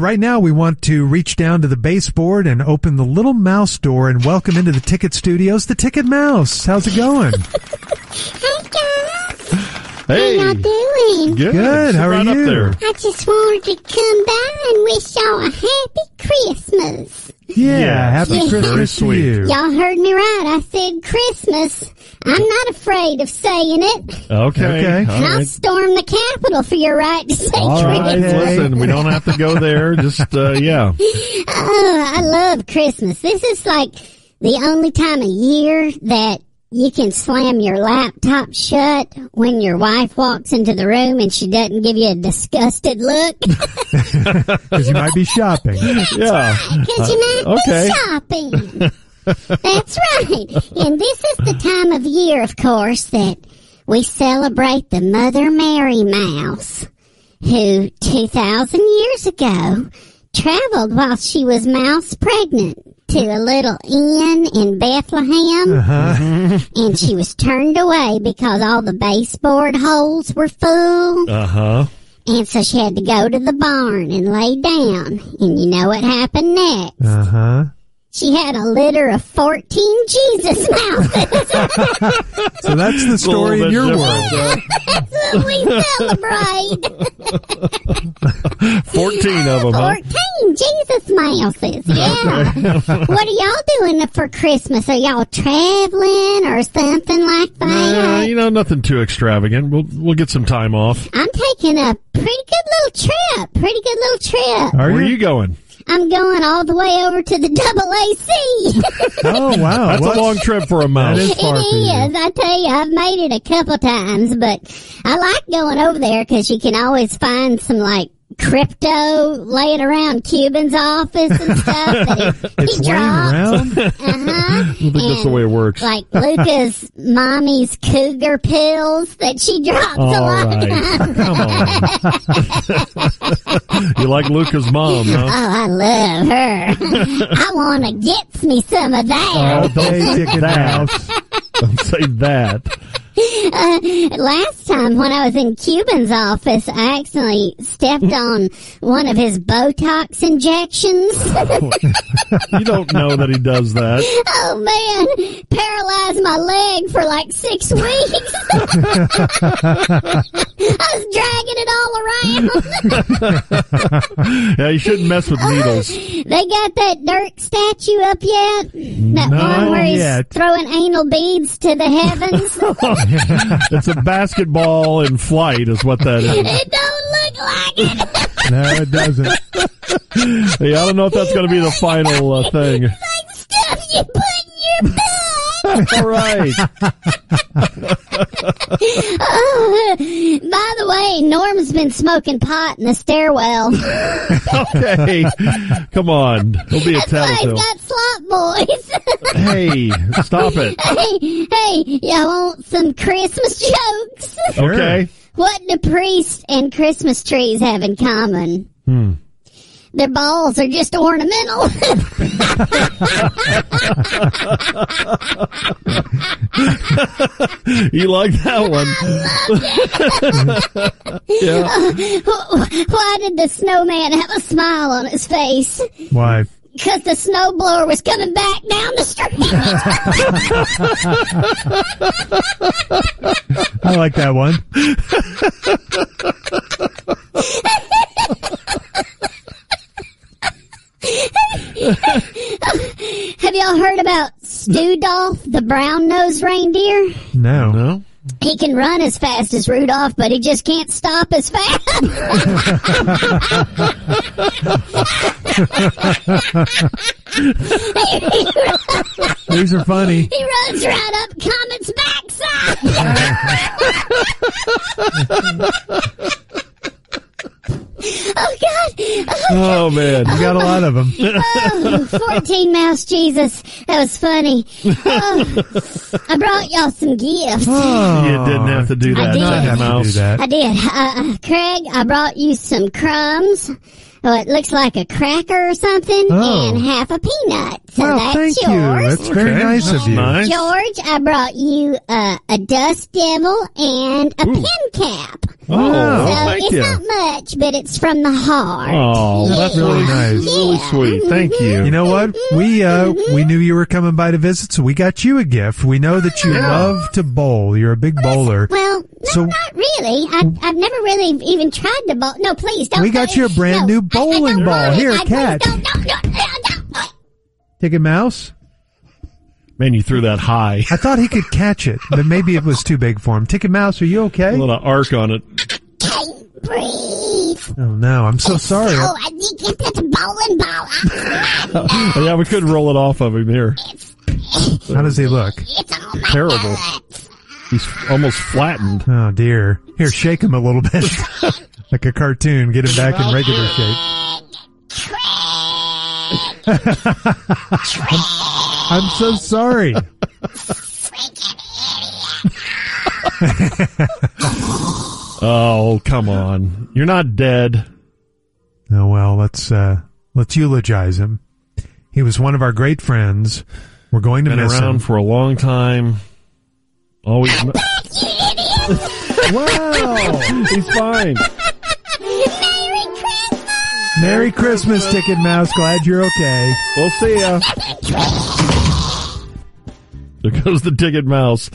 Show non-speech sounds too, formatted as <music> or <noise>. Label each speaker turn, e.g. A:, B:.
A: Right now, we want to reach down to the baseboard and open the little mouse door and welcome into the Ticket Studios the Ticket Mouse. How's it
B: <laughs>
A: going?
C: Hey guys,
B: Hey,
C: how y'all
B: good.
C: doing?
A: Good,
B: Sit
A: how are
B: right
A: you?
B: Up there.
C: I just wanted to come by and wish y'all a happy Christmas.
A: Yeah,
B: Yes,
A: happy
C: that's very
A: Christmas to
B: sweet.
A: you.
C: Y'all heard me right. I said Christmas. I'm not afraid of saying it.
B: Okay,
A: Okay.
B: All
C: And I'll
B: right.
C: storm the Capitol for your right to say
B: All right,
C: Christmas.
A: Okay.
B: listen, we don't have to go there. Just
A: <laughs>
B: uh, yeah,
C: Oh, I love Christmas. This is like the only time of year that you can slam your laptop shut when your wife walks into the room and she doesn't give you a disgusted look.
A: Because you might be shopping.
B: yeah.
C: Because you might
B: okay.
C: be shopping. That's right. And this is the time of year, of course, that we celebrate the Mother Mary Mouse, who 2,000 years ago traveled while she was mouse pregnant to a little inn in Bethlehem. And she was turned away because all the baseboard holes were full.
B: Uh huh.
C: And so she had to go to the barn and lay down. And you know what happened next?
A: Uh
B: Uh-huh.
A: huh.
C: She had a litter of 14 Jesus mouses. <laughs>
A: So that's
B: <laughs>
A: the story in your world.
B: Uh,
C: That's what we celebrate.
B: Fourteen of them. Huh?
C: 14 Jesus
B: <laughs>
C: mouses. Yeah. What are y'all doing for Christmas? Are y'all traveling or something like
B: Uh,
C: that?
B: you know, nothing too extravagant. We'll we'll get some time off.
C: I'm taking a pretty good little trip. Pretty good little trip.
A: Are
B: Where are
A: you?
B: you going?
C: I'm going all the way over to the <laughs> double AC.
A: Oh, wow.
B: <laughs> That's
A: What?
B: a long trip for a mouse.
A: That is-
C: It
A: far for you.
C: is. I tell you, I've made it a couple times, but I like going over there because you can always find some like crypto laying around Cuban's office and stuff. that he,
A: <laughs> It's
C: he
A: laying around.
B: <laughs>
C: Uh-huh.
A: <laughs>
B: I think that's the way it works.
C: Like Luca's mommy's cougar pills that she drops a
B: All
C: lot of
B: right.
C: times.
B: Come on. <laughs> you like Luca's mom,
C: Oh,
B: huh?
C: I love her. <laughs> I want to get me some of that.
A: All day Ticket Mouse.
B: Don't say that.
C: Uh, Last time when I was in Cuban's office, I accidentally stepped on one of his Botox injections. <laughs>
B: You don't know that he does that.
C: oh man, paralyzed my leg for like six weeks. <laughs> I was dragging it all around. <laughs>
B: Yeah, you shouldn't mess with needles.
A: <laughs>
C: They got that dirt statue up yet? That one where he's
A: yet.
C: throwing anal beads to the heavens.
B: It's a basketball in flight, is what that is.
C: it don't look like it. <laughs>
A: No, it doesn't.
B: <laughs> Yeah, I don't know if that's going to be the final uh, thing.
A: <laughs>
C: Stuff you put in your butt.
B: All right.
C: <laughs> By the way, Norm's been smoking pot in the stairwell.
B: Okay. Come on. It'll be a
C: That's why he's
B: tattletale.
C: got slot boys. <laughs>
B: Hey, stop it.
C: hey, hey, y'all want some Christmas jokes? <laughs>
A: Sure.
B: Okay.
C: what do priests and Christmas trees have in common? Their balls are just ornamental. <laughs>
B: You like that one? <laughs> yeah.
C: Why did the snowman have a smile on his face?
A: Why?
C: Because the snowblower was coming back down the street. <laughs>
A: I like that one.
C: have y'all heard about Studolph, the brown-nosed reindeer?
A: No.
B: No?
C: He can run as fast as Rudolph, but he just can't stop as fast. <laughs>
A: These are funny.
C: he runs right up Comet's backside. oh God!
B: Oh, man.
A: You got a lot of them.
C: Oh, Fourteen mouse Jesus, that was funny. Oh, I brought y'all some gifts.
B: <laughs> You didn't have to do that,
C: did.
B: Mickey
A: have to do
B: Mouse.
A: that.
C: I did, uh, Craig. I brought you some crumbs. Oh, it looks like a cracker or something,
A: Oh.
C: and half a peanut. So
A: Wow,
C: that's
A: thank you.
C: yours.
A: That's very
B: Okay,
A: nice
B: that's
A: of you.
B: nice.
C: George, I brought you uh, a dust devil and a
B: Ooh.
C: pin cap.
A: Wow.
B: Oh,
C: So
B: thank
C: Um, it's
B: you.
C: not much, but it's from the heart.
B: Oh, that's
A: Yeah.
B: really
A: Nice.
B: Really
C: Yeah. Mm-hmm.
B: sweet. Thank you.
A: You know what? We uh we knew you were coming by to visit, so we got you a gift. We know that you
B: Yeah.
A: love to bowl. You're a big bowler.
C: Well, no,
A: So-
C: not really. I, I've never really even tried the ball. No, please don't.
A: We got you a brand
C: no,
A: new
C: I- I don't
A: bowling
C: want
A: ball.
C: it.
A: Here,
C: I please
A: catch.
C: Don't, don't, don't, don't, don't.
A: Ticket Mouse.
B: man, you threw that high.
A: I thought he could catch it, but maybe it was too big for him. Ticket Mouse, are you
B: A
A: okay?
B: little arc on it.
C: Can't breathe.
A: Oh no, I'm so sorry.
C: Oh, I need to get that bowling ball. out of my nose.
B: Oh, yeah, we couldn't roll it off of him here.
A: How does he look?
C: it's on my
B: Terrible.
C: nuts.
B: He's almost flattened.
A: Oh dear. Here, shake him a little bit. <laughs> like a cartoon. Get him back in regular shape.
C: Craig,
A: I'm so sorry.
B: Oh, come on. You're not dead.
A: Oh well, let's uh let's eulogize him. He was one of our great friends. We're going to
B: Been
A: miss
B: around
A: him.
B: for a long time. Oh, Always.
A: wow.
B: He's fine.
C: Merry Christmas.
A: Merry Christmas, Ticket Mouse. Glad you're okay.
B: We'll see ya. There goes the ticket mouse.